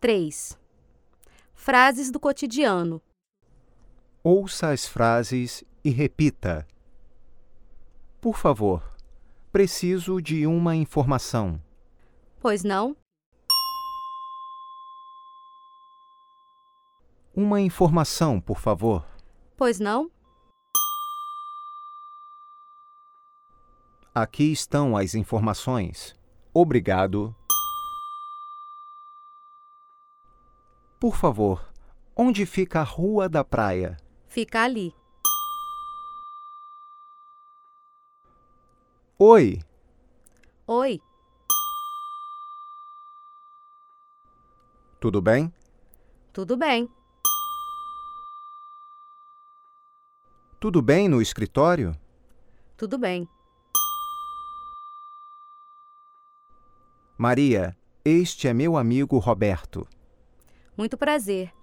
3. Frases do cotidiano. Ouça as frases e repita. Por favor, preciso de uma informação. Pois não? Uma informação, por favor. Pois não? Aqui estão as informações. Obrigado. Por favor, onde fica a Rua da Praia? Fica ali. Oi, Oi, tudo bem? tudo bem? Tudo bem no escritório? Tudo bem. Maria, este é meu amigo Roberto. Muito prazer.